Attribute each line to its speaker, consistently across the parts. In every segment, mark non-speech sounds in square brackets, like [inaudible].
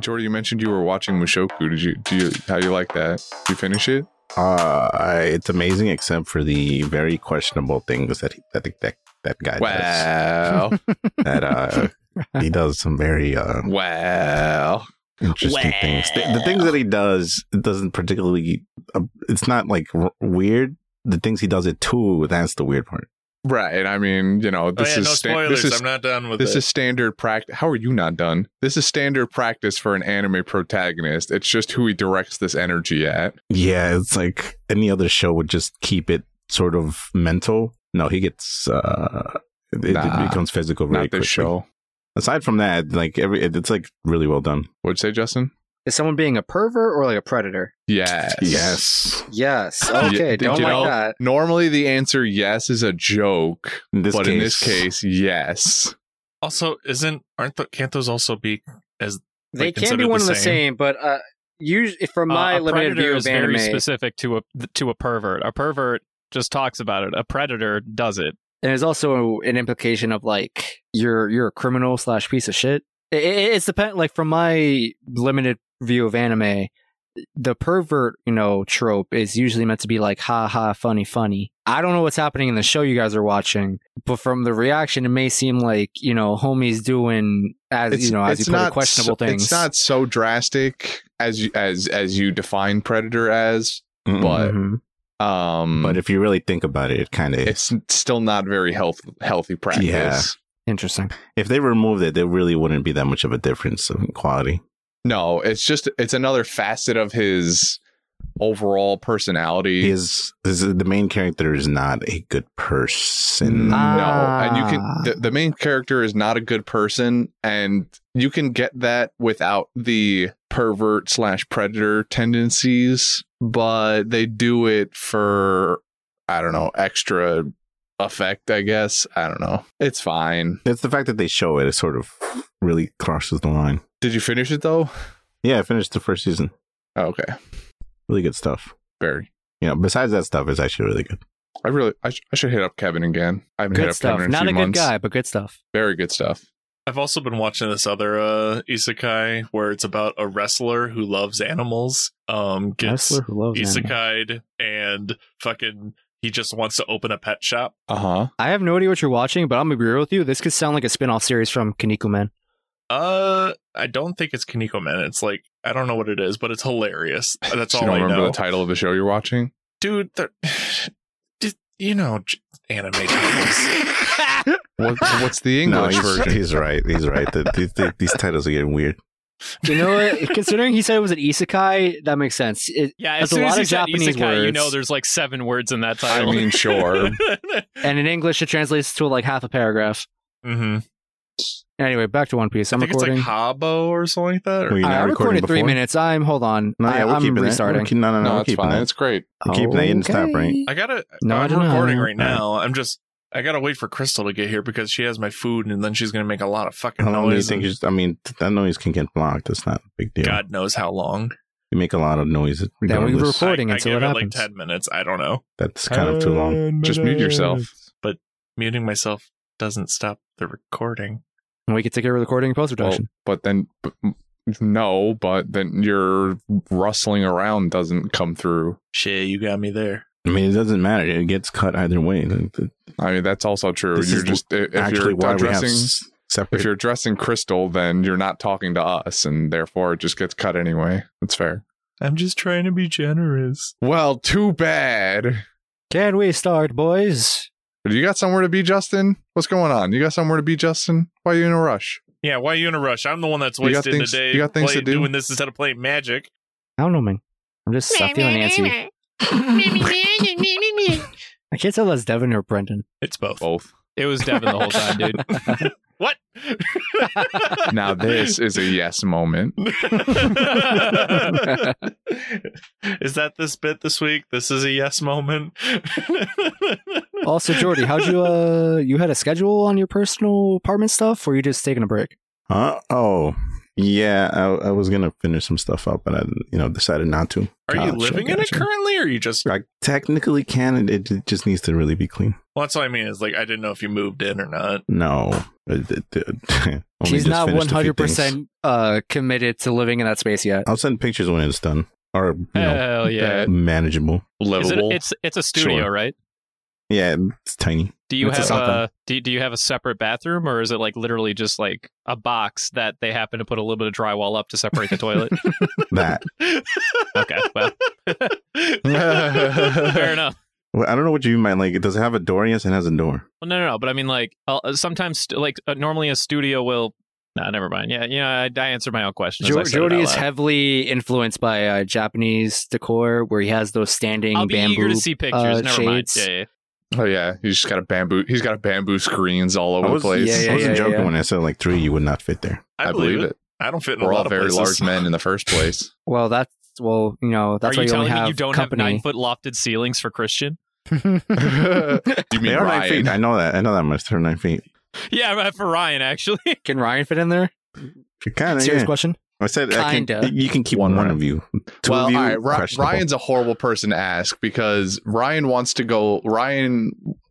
Speaker 1: Jordy, you mentioned you were watching Mushoku. Did you do you how you like that? Did you finish it?
Speaker 2: Uh, I, it's amazing, except for the very questionable things that he, that that, that guy does.
Speaker 1: Wow. [laughs]
Speaker 2: That uh, he does some very uh,
Speaker 1: wow.
Speaker 2: interesting things. The, the things that he does it doesn't particularly. Uh, it's not like r- weird. The things he does it to. That's the weird part.
Speaker 1: Right. I mean, you know, this
Speaker 3: oh yeah,
Speaker 1: is
Speaker 3: no
Speaker 1: sta-
Speaker 3: spoilers.
Speaker 1: this is
Speaker 3: I'm not done with
Speaker 1: this
Speaker 3: it.
Speaker 1: is standard practice. How are you not done? This is standard practice for an anime protagonist. It's just who he directs this energy at.
Speaker 2: Yeah, it's like any other show would just keep it sort of mental. No, he gets. Uh, it, it
Speaker 1: Nah,
Speaker 2: becomes physical
Speaker 1: not
Speaker 2: really
Speaker 1: this
Speaker 2: quickly.
Speaker 1: show.
Speaker 2: Aside from that, like every, it, it's like really well done.
Speaker 1: What'd you say, Justin?
Speaker 4: Is someone being a pervert or like a predator?
Speaker 1: Yes.
Speaker 2: Yes,
Speaker 4: Yes.
Speaker 1: Yeah,
Speaker 4: Okay.
Speaker 1: did
Speaker 4: don't
Speaker 1: you
Speaker 4: like
Speaker 1: know?
Speaker 4: that.
Speaker 1: Normally, the answer yes is a joke,
Speaker 2: in this
Speaker 1: but
Speaker 2: case,
Speaker 1: in this case, yes.
Speaker 3: also, isn't aren't the, can't those also be
Speaker 5: uh,
Speaker 3: as
Speaker 4: They
Speaker 3: like,
Speaker 4: can be
Speaker 3: considered
Speaker 4: one
Speaker 3: the
Speaker 4: of the
Speaker 3: same?
Speaker 4: same, but uh, usually from my
Speaker 5: Uh, a
Speaker 4: limited
Speaker 5: predator
Speaker 4: view
Speaker 5: is
Speaker 4: of anime,
Speaker 5: very specific to a to a pervert. A pervert just talks about it. A predator does it.
Speaker 4: and there's also an implication of like you're you're a criminal slash piece of shit. It, it, it's depend like from my limited view of anime, the pervert you know trope is usually meant to be like ha ha funny funny. I don't know what's happening in the show you guys are watching, but from the reaction, it may seem like you know homie's doing as you know as you put it, questionable
Speaker 1: so,
Speaker 4: things.
Speaker 1: It's not so drastic as you, as as you define predator as,
Speaker 2: Mm-mm.
Speaker 1: but
Speaker 4: Mhm.
Speaker 1: um,
Speaker 2: But if you really think about it, it kind of
Speaker 1: it's still not very health healthy practice.
Speaker 2: Yeah.
Speaker 4: Interesting.
Speaker 2: if they removed it, there really wouldn't be that much of a difference in quality.
Speaker 1: No, it's just it's another facet of his overall personality.
Speaker 2: His, his the main character is not a good person.
Speaker 1: no,
Speaker 4: Ah.
Speaker 1: and you can the, the main character is not a good person, and you can get that without the pervert slash predator tendencies, but they do it for I don't know extra effect. I guess I don't know. It's fine.
Speaker 2: It's the fact that they show it. It sort of really crosses the line.
Speaker 1: Did you finish it though? Oh,
Speaker 2: Yeah, I finished the first season.
Speaker 1: Okay,
Speaker 2: Really good stuff.
Speaker 1: very.
Speaker 2: You know, besides that stuff, it's actually really good.
Speaker 1: I really I, sh- I should hit up Kevin again. I haven't hit
Speaker 4: Good
Speaker 1: up
Speaker 4: stuff.
Speaker 1: Kevin in a
Speaker 4: Not
Speaker 1: few
Speaker 4: a good
Speaker 1: months.
Speaker 4: guy, but good stuff.
Speaker 1: Very good stuff.
Speaker 3: I've also been watching this other uh, isekai where it's about a wrestler who loves animals. Um, gets
Speaker 4: Wrestler who loves anime.
Speaker 3: isekai'd and fucking he just wants to open a pet shop.
Speaker 1: Uh huh.
Speaker 4: I have no idea what you're watching, but I'm gonna be real with you. This could sound like a spin-off series from Kaneko [laughs] Man.
Speaker 3: Uh, I don't think it's Kaneko Man. It's like I don't know what it is, but it's
Speaker 5: [laughs]
Speaker 3: hilarious. That's
Speaker 1: you
Speaker 3: all
Speaker 1: don't
Speaker 3: I
Speaker 1: remember
Speaker 3: know.
Speaker 1: the title of the show you're
Speaker 2: [laughs]
Speaker 1: watching?
Speaker 3: Dude, they're- [sighs] Did- you know j- anime titles.
Speaker 1: What, what's the English
Speaker 2: he's,
Speaker 1: version?
Speaker 2: he's right. He's right. The, the, the- these titles are getting weird.
Speaker 4: You know what? Considering he said it was an isekai, that makes sense. It,
Speaker 5: Yeah,
Speaker 4: That's
Speaker 5: as
Speaker 4: a
Speaker 5: soon
Speaker 4: lot
Speaker 5: as
Speaker 4: of
Speaker 5: you said
Speaker 4: Japanese
Speaker 5: isekai, you
Speaker 4: words.
Speaker 5: know there's like seven words in that
Speaker 1: I
Speaker 5: title.
Speaker 1: mean,
Speaker 5: [laughs]
Speaker 1: sure.
Speaker 4: and in English, it translates to like half a paragraph.
Speaker 3: hmm
Speaker 4: Anyway, back to One Piece.
Speaker 3: I
Speaker 4: I'm
Speaker 3: think it's like
Speaker 4: recording.
Speaker 3: Habo or something like that. or-
Speaker 2: Wait, You're
Speaker 4: All
Speaker 2: not
Speaker 4: right, I
Speaker 2: recording
Speaker 4: recorded three
Speaker 2: before?
Speaker 4: minutes. I'm hold on. I, am restarting.
Speaker 2: It. [laughs] No, no, no,
Speaker 1: No,
Speaker 2: we're
Speaker 1: it's
Speaker 2: keeping
Speaker 1: fine.
Speaker 2: it.
Speaker 1: It's great.
Speaker 2: We're keeping it. You didn't stop, right?
Speaker 4: Okay.
Speaker 3: I gotta.
Speaker 4: No, I
Speaker 3: I'm
Speaker 4: don't know.
Speaker 3: recording
Speaker 2: All
Speaker 3: right
Speaker 2: right.
Speaker 3: now. I'm just. I gotta wait for Crystal to get here because she has my food, and then she's gonna make a lot of fucking
Speaker 2: How long do you
Speaker 3: noise.
Speaker 2: think?
Speaker 3: and
Speaker 2: You I mean, th- that noise can get blocked. It's not a big deal.
Speaker 3: God knows how long.
Speaker 2: You make a lot of noise.
Speaker 4: we
Speaker 2: regardless.
Speaker 4: were- Recording
Speaker 3: I, I
Speaker 4: until
Speaker 3: give
Speaker 4: it
Speaker 3: it
Speaker 4: happens.
Speaker 3: like ten minutes. I don't know.
Speaker 2: That's kind of too long.
Speaker 1: Just mute yourself.
Speaker 3: Muting myself doesn't stop the recording.
Speaker 4: And we could take over the recording and post
Speaker 1: Well,
Speaker 4: production.
Speaker 1: but then, but, no, but then your rustling around doesn't come through.
Speaker 3: Shit, you got me there.
Speaker 2: I mean, it doesn't matter. It gets cut either way. Like, th-
Speaker 1: I mean, that's also true.
Speaker 2: This
Speaker 1: you're
Speaker 2: is
Speaker 1: just i- if
Speaker 2: Actually,
Speaker 1: you're
Speaker 2: why we have
Speaker 1: addressing
Speaker 2: s- separate.
Speaker 1: if you're addressing Crystal, then you're not talking to us, and therefore it just gets cut anyway. That's fair.
Speaker 3: I'm just trying to be generous.
Speaker 1: Well, too bad.
Speaker 4: Can we start, boys?
Speaker 1: Do you got somewhere to be, Justin? What's going on? You got somewhere to be, Justin? Why are you in a rush?
Speaker 3: Yeah, why are you in a rush? I'm the one that's
Speaker 1: You got
Speaker 3: wasting
Speaker 1: things-
Speaker 3: the day
Speaker 1: you got things
Speaker 3: play-
Speaker 1: to do?
Speaker 3: doing this instead of playing magic.
Speaker 4: I don't know, man. I'm just I'm feeling antsy. I can't tell if that's Devin or Brendan.
Speaker 3: It's both.
Speaker 1: Both.
Speaker 5: it was Devin the whole time, dude.
Speaker 3: [laughs] What?
Speaker 1: [laughs]
Speaker 5: [laughs]
Speaker 1: Now this is a yes moment.
Speaker 3: [laughs] is that this bit this week? This is a yes moment. [laughs]
Speaker 4: [laughs] Also, Jordy, how'd you uh you had a schedule on your personal apartment stuff, or you just taking a break?
Speaker 2: Huh? Oh, yeah. I, I was gonna finish some stuff up, but I, you know, decided not to.
Speaker 3: Are you
Speaker 2: Gotcha,
Speaker 3: living in it
Speaker 2: gotcha.
Speaker 3: currently, or are you just?
Speaker 2: I technically can. and It, it just needs to really be clean.
Speaker 3: Well, that's what I mean. Is like I didn't know if you moved in or not.
Speaker 2: No, It- [laughs] it- it- When we
Speaker 4: She's
Speaker 2: just
Speaker 4: not
Speaker 2: finished a few
Speaker 4: 100%
Speaker 2: things. Oh,
Speaker 4: uh, committed to living in that space yet.
Speaker 2: I'll send pictures when it's done or you know,
Speaker 5: Hell
Speaker 4: Uh,
Speaker 5: yeah.
Speaker 1: That
Speaker 2: manageable.
Speaker 5: Is it,
Speaker 1: livable.
Speaker 5: it's it's a studio,
Speaker 2: Sure.
Speaker 5: right?
Speaker 2: Yeah, it's
Speaker 4: [laughs]
Speaker 2: tiny.
Speaker 5: Do you
Speaker 4: It's a
Speaker 5: have
Speaker 4: something.
Speaker 5: a do, do you have a separate bathroom or is it like literally just like a box that they happen to put a little bit of drywall up to separate the toilet?
Speaker 2: That
Speaker 5: Okay, well, fair enough.
Speaker 2: well, I don't know what you mean. Like, does it have a door? Yes, it has a door.
Speaker 5: Well, no, no, no. But I mean, like uh, sometimes, st- like uh, normally, a studio will. Nah, never mind. Yeah, you know, I, I answered my own question. as I
Speaker 4: Jo-
Speaker 5: said it out
Speaker 4: Jody is
Speaker 5: loud.
Speaker 4: heavily influenced by uh, Japanese decor, where he has those standing
Speaker 5: I'll be
Speaker 4: bamboo.
Speaker 5: eager to see pictures.
Speaker 4: uh,
Speaker 5: never mind.
Speaker 4: shades.
Speaker 5: Yeah, yeah.
Speaker 1: oh yeah, he's just got a bamboo. He's got a bamboo screens all
Speaker 2: I
Speaker 1: over the
Speaker 2: was,
Speaker 1: place.
Speaker 4: Yeah, yeah,
Speaker 2: I wasn't
Speaker 4: yeah,
Speaker 2: joking
Speaker 4: yeah.
Speaker 2: when I said like three, you would not fit there.
Speaker 1: I believe it.
Speaker 3: I don't fit in
Speaker 1: We're
Speaker 3: a
Speaker 1: all
Speaker 3: lot
Speaker 1: very
Speaker 3: of places.
Speaker 1: large men in the first
Speaker 2: [laughs]
Speaker 1: place.
Speaker 4: Well, that's well, you know, that's
Speaker 5: Are
Speaker 4: why
Speaker 5: you
Speaker 4: you,
Speaker 5: telling
Speaker 4: only
Speaker 5: me
Speaker 4: have
Speaker 5: you don't have
Speaker 4: company.
Speaker 5: nine foot lofted ceilings
Speaker 3: [laughs]
Speaker 5: for Christian?
Speaker 1: you
Speaker 4: [laughs]
Speaker 1: mean
Speaker 2: they are nine
Speaker 1: Ryan?
Speaker 2: feet. I know that. I know that much. They're nine feet.
Speaker 5: Yeah, but for Ryan actually.
Speaker 4: Can Ryan fit in there?
Speaker 2: Kind of.
Speaker 4: Serious
Speaker 2: Yeah.
Speaker 4: question.
Speaker 2: I said I
Speaker 4: Kinda.
Speaker 2: can, you can keep
Speaker 1: One
Speaker 2: one,
Speaker 1: round.
Speaker 2: of you. Two
Speaker 1: well,
Speaker 2: of you.
Speaker 1: all right, Ry-
Speaker 2: questionable.
Speaker 1: Ryan's a horrible person to ask because Ryan wants to go. Ryan,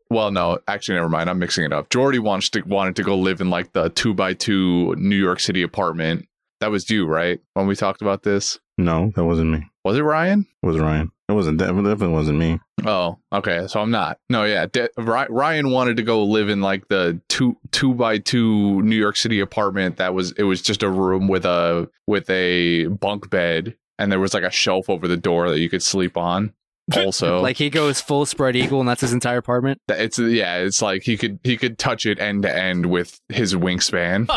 Speaker 1: well, no, actually, never mind. I'm mixing it up. Jordy wants to wanted to go live in like the two by two New York City apartment. That was you, right? When we talked about this,
Speaker 2: No, that wasn't me.
Speaker 1: was it Ryan?
Speaker 2: It was Ryan. It wasn't. That definitely wasn't me.
Speaker 1: Oh, okay. So I'm not. No, yeah. De- Ry- Ryan wanted to go live in like the two two by two New York City apartment that was it was just a room with a with a bunk bed and there was like a shelf over the door that you could sleep
Speaker 4: [laughs]
Speaker 1: on. Also,
Speaker 4: Like he goes full spread eagle, and that's his entire apartment.
Speaker 1: That- it's yeah, it's like he could he could touch it end to end with his
Speaker 4: [laughs]
Speaker 1: wingspan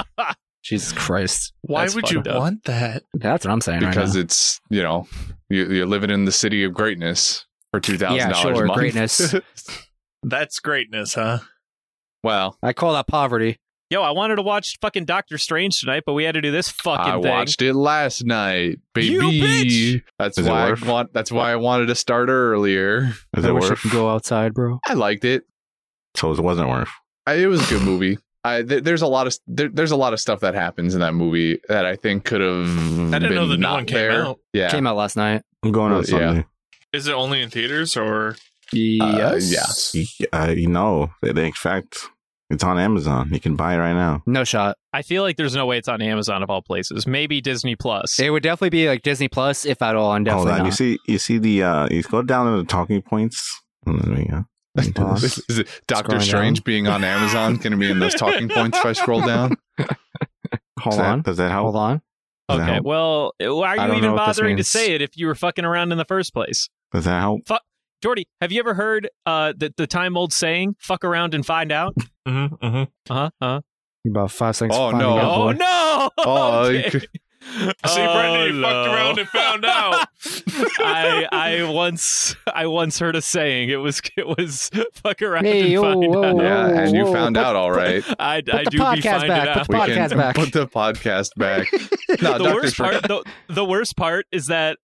Speaker 4: Jesus Christ,
Speaker 3: Why
Speaker 5: That's
Speaker 3: would you
Speaker 5: fucked up.
Speaker 3: want that?
Speaker 4: that's what I'm saying.
Speaker 1: because
Speaker 4: right
Speaker 1: it's you know you, you're living in the city of greatness for two thousand
Speaker 4: Yeah,
Speaker 1: dollars
Speaker 4: sure,
Speaker 1: a month.
Speaker 4: greatness.
Speaker 3: That's greatness, huh?
Speaker 1: [laughs] well,
Speaker 4: now. I call that poverty.
Speaker 5: Yo, I wanted to watch fucking Doctor Strange tonight, but we had to do this fucking
Speaker 1: I
Speaker 5: thing.
Speaker 1: watched it last night, baby.
Speaker 5: You bitch!
Speaker 1: That's
Speaker 2: Is it
Speaker 1: why I
Speaker 2: worth?
Speaker 1: want. That's why I wanted to start earlier.
Speaker 2: [laughs] Is
Speaker 4: I
Speaker 2: it
Speaker 4: wish
Speaker 2: worth?
Speaker 4: I could go outside, bro.
Speaker 1: I liked it.
Speaker 2: So it wasn't worth.
Speaker 1: I, it was a good movie. I, th- there's a lot of there, there's a lot of stuff that happens in that movie that I think could have.
Speaker 3: I didn't
Speaker 1: been
Speaker 3: know the new
Speaker 1: not
Speaker 3: one came
Speaker 1: there.
Speaker 3: out.
Speaker 1: Yeah, [laughs]
Speaker 4: Came out last night.
Speaker 2: I'm going
Speaker 1: Well,
Speaker 2: on Sunday.
Speaker 3: Is it only in theaters or
Speaker 2: Uh,
Speaker 4: Yes.
Speaker 1: yes.
Speaker 2: Y- Uh, you know, that- in fact, it's on Amazon. You can buy it right now.
Speaker 4: No shot.
Speaker 5: I feel like there's no way it's on Amazon of all places. Maybe Disney Plus.
Speaker 4: It would definitely be like Disney Plus, if at all. And definitely
Speaker 2: Hold on. You
Speaker 4: not.
Speaker 2: see, you see the. Uh, you go down to the talking points. And then we go into
Speaker 4: Pause.
Speaker 2: this.
Speaker 1: Is it Doctor
Speaker 4: Scrolling
Speaker 1: Strange
Speaker 4: down.
Speaker 1: being on Amazon going to be in those talking points if I scroll
Speaker 3: [laughs]
Speaker 1: down?
Speaker 4: Hold
Speaker 2: Does that-
Speaker 4: on.
Speaker 2: Does that help?
Speaker 4: Hold on.
Speaker 2: Does that
Speaker 5: okay.
Speaker 2: help?
Speaker 5: Well, why
Speaker 4: I
Speaker 5: are you
Speaker 4: don't
Speaker 5: even
Speaker 4: know what this
Speaker 5: bothering to
Speaker 4: means.
Speaker 5: say it if you were fucking around in the first place?
Speaker 2: Does that help?
Speaker 5: Jordy, have you ever heard uh, the, the time old saying, fuck around and find out?
Speaker 3: mm-hmm,
Speaker 5: Uh-huh. uh-huh.
Speaker 4: You About five seconds.
Speaker 1: Oh,
Speaker 4: finding
Speaker 1: no.
Speaker 4: out,
Speaker 5: Oh,
Speaker 4: boy.
Speaker 5: no!
Speaker 1: Oh, you
Speaker 5: Dick.
Speaker 1: could-
Speaker 5: [laughs]
Speaker 3: See, Brendan, you fucked
Speaker 5: Oh, no.
Speaker 3: around
Speaker 5: [laughs]
Speaker 3: and found out.
Speaker 5: I I once I once heard a saying. It was it was [laughs] fuck around
Speaker 4: Hey,
Speaker 5: and
Speaker 4: yo,
Speaker 5: find
Speaker 4: whoa,
Speaker 5: out.
Speaker 4: whoa.
Speaker 1: yeah, and you
Speaker 4: whoa,
Speaker 1: found
Speaker 4: put-
Speaker 1: out all right.
Speaker 5: I, I
Speaker 4: Put the
Speaker 5: do be
Speaker 4: podcast
Speaker 5: finding
Speaker 4: back.
Speaker 5: out.
Speaker 4: Put the podcast back.
Speaker 1: put the podcast back. No,
Speaker 5: [laughs] [laughs] the
Speaker 1: Dr.
Speaker 5: worst
Speaker 1: Strange-
Speaker 5: part the, the worst part is that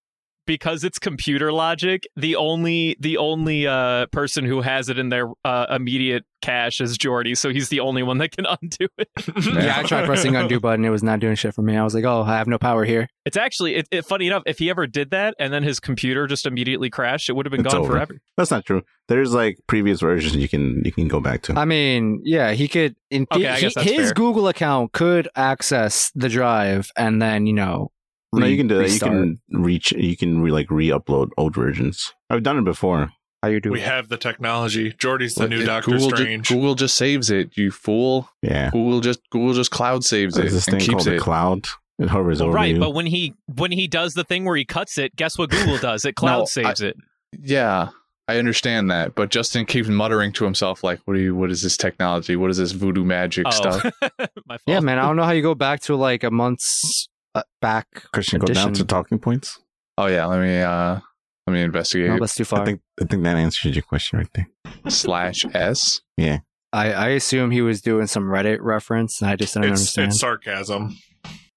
Speaker 5: because it's computer logic the only the only uh person who has it in their uh, immediate cache is jordy so he's the only one that can [laughs] undo it
Speaker 4: Yeah, I tried pressing undo button. It was not doing shit for me. I was like, oh, I have no power here.
Speaker 5: it's actually it, it funny enough if he ever did that and then his computer just immediately crashed it would have been
Speaker 2: It's
Speaker 5: gone
Speaker 2: over.
Speaker 5: forever
Speaker 2: That's not true. There's like previous versions you can you can go back to.
Speaker 4: I mean, yeah, he could. In
Speaker 5: Okay,
Speaker 4: the-
Speaker 5: I guess
Speaker 4: he-
Speaker 5: that's
Speaker 4: his
Speaker 5: fair.
Speaker 4: Google account could access the drive, and then you know,
Speaker 2: no, you can do that. You
Speaker 4: restart.
Speaker 2: can reach. You can re like re-upload old versions. I've done it before.
Speaker 4: how you do.
Speaker 3: [laughs] we have the technology. Jordy's the new
Speaker 1: It-
Speaker 3: Doctor
Speaker 1: Google
Speaker 3: Strange.
Speaker 1: Just, Google just saves it, you fool. [laughs]
Speaker 2: Yeah,
Speaker 1: Google just Google just cloud saves
Speaker 2: there's
Speaker 1: it
Speaker 2: this
Speaker 1: and
Speaker 2: thing
Speaker 1: keeps
Speaker 2: called the
Speaker 1: it.
Speaker 2: cloud. It hovers
Speaker 5: Well,
Speaker 2: over
Speaker 5: right
Speaker 2: you.
Speaker 5: but when he when he does the thing where he cuts it guess what google does it cloud
Speaker 1: No, I-
Speaker 5: saves it
Speaker 1: yeah, I understand that, but Justin keeps muttering to himself like, "What do you? What is this technology? What is this voodoo magic
Speaker 5: oh.
Speaker 1: stuff?"
Speaker 5: [laughs] my fault
Speaker 4: Yeah,
Speaker 5: [laughs]
Speaker 4: man, I don't know how you go back to like a month's uh, back.
Speaker 2: Christian, go down
Speaker 4: Addition.
Speaker 2: to talking points.
Speaker 1: Oh yeah, let me uh let me investigate.
Speaker 4: No, that's too far.
Speaker 2: I think I think that answers your question right there.
Speaker 1: [laughs] Slash S.
Speaker 4: I, I assume he was doing some Reddit reference, and I just didn't
Speaker 3: It's,
Speaker 4: understand.
Speaker 3: it's sarcasm.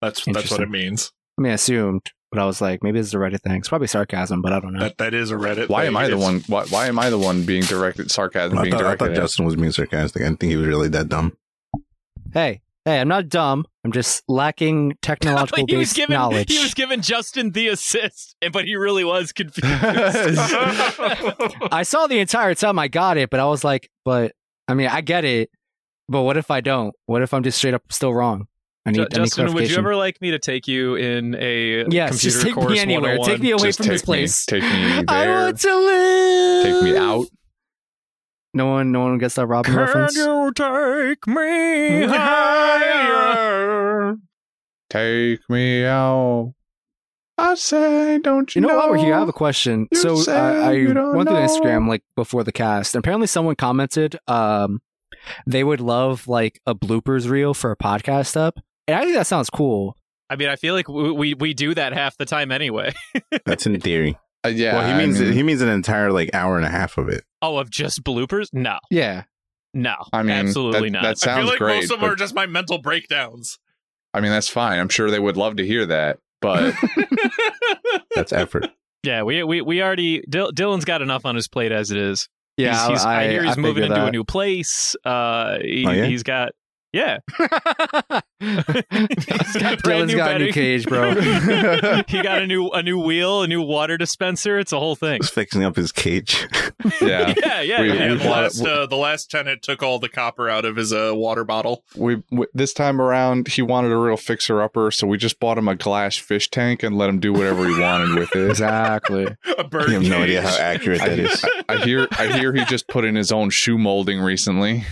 Speaker 3: That's that's what it
Speaker 4: Interesting.
Speaker 3: means.
Speaker 4: I mean, I assumed, but I was like, maybe this is a Reddit thing. It's probably sarcasm, but I don't know.
Speaker 3: That that is a Reddit.
Speaker 1: Why
Speaker 3: thing.
Speaker 1: am I the
Speaker 3: It's-
Speaker 1: one? Why, why am I the one being directed? Sarcasm
Speaker 2: I
Speaker 1: being
Speaker 2: thought, I
Speaker 1: directed.
Speaker 2: thought
Speaker 1: at?
Speaker 2: Justin was being sarcastic. I didn't think he was really that dumb.
Speaker 4: hey, hey, I'm not dumb. I'm just lacking technological
Speaker 5: he was
Speaker 4: based
Speaker 5: giving
Speaker 4: knowledge.
Speaker 5: he [laughs] was giving Justin the assist, [laughs] and- but he really was confused.
Speaker 4: I saw the entire time I got it, but I was like, but I mean, I get it, but what if I don't? What if I'm just straight up still wrong? I need, I
Speaker 5: Ju-
Speaker 4: need
Speaker 5: Justin, would you
Speaker 4: clarification.
Speaker 5: ever like me to take you in a
Speaker 4: Yes,
Speaker 5: computer
Speaker 4: just take
Speaker 5: course
Speaker 4: me anywhere.
Speaker 5: 101?
Speaker 4: Take me away
Speaker 1: Just
Speaker 4: from this
Speaker 1: take me-
Speaker 4: place.
Speaker 1: take me there.
Speaker 4: [laughs] I want to live.
Speaker 1: Take me out.
Speaker 4: No one, no one gets that Robin
Speaker 5: Can
Speaker 4: reference.
Speaker 5: you
Speaker 4: [laughs]
Speaker 5: take me higher?
Speaker 1: Higher. Take me out. I say, don't you,
Speaker 4: You know, while we're here, I have a question.
Speaker 1: You
Speaker 4: so uh,
Speaker 1: say
Speaker 4: I, I
Speaker 1: you don't
Speaker 4: went through
Speaker 1: know.
Speaker 4: Instagram like before the cast, and apparently someone commented, um, they would love like a bloopers reel for a podcast up, and I think that sounds cool.
Speaker 5: I mean, I feel like we, we we do that half the time anyway. [laughs]
Speaker 2: That's in theory.
Speaker 1: Uh, yeah,
Speaker 2: well, he
Speaker 1: I
Speaker 2: means
Speaker 1: mean-
Speaker 2: he means an entire like hour and a half of it.
Speaker 5: Oh, of just bloopers? No,
Speaker 4: Yeah,
Speaker 5: no,
Speaker 1: I mean,
Speaker 5: absolutely
Speaker 1: that-
Speaker 5: not.
Speaker 1: that
Speaker 3: I feel
Speaker 1: Sounds
Speaker 3: like
Speaker 1: great,
Speaker 3: most of them
Speaker 1: but-
Speaker 3: are just my mental breakdowns.
Speaker 1: I mean, that's fine. I'm sure they would love to hear that,
Speaker 2: [laughs]
Speaker 1: but
Speaker 2: That's effort.
Speaker 5: [laughs] yeah, we we we already Dil- Dylan's got enough on his plate as it is.
Speaker 4: yeah.
Speaker 5: he's, he's, I, hear he's
Speaker 4: figure
Speaker 5: moving into
Speaker 4: that.
Speaker 5: a [laughs] new place. Uh, he,
Speaker 2: Oh, yeah?
Speaker 5: he's got yeah, [laughs] he's got brand
Speaker 4: Dylan's
Speaker 5: new
Speaker 4: got a new
Speaker 5: bedding.
Speaker 4: cage, [laughs] bro.
Speaker 5: [laughs] he got a new a new wheel, a new water dispenser. It's a whole thing.
Speaker 2: He's fixing up his cage.
Speaker 1: yeah,
Speaker 5: Yeah, yeah,
Speaker 1: We-
Speaker 5: yeah.
Speaker 3: Yeah,
Speaker 1: we
Speaker 3: the
Speaker 1: wanna-
Speaker 3: last uh, the last tenant took all the copper out of his uh, water bottle. [laughs]
Speaker 1: we, we this time around he wanted a real fixer upper, so we just bought him a glass fish tank and let him do whatever he wanted with
Speaker 5: [laughs]
Speaker 1: it.
Speaker 4: exactly.
Speaker 3: A
Speaker 2: [laughs]
Speaker 3: bird.
Speaker 2: I have no idea how
Speaker 3: cage.
Speaker 2: accurate that is.
Speaker 1: [laughs] I hear, I hear he just put in his own shoe molding recently.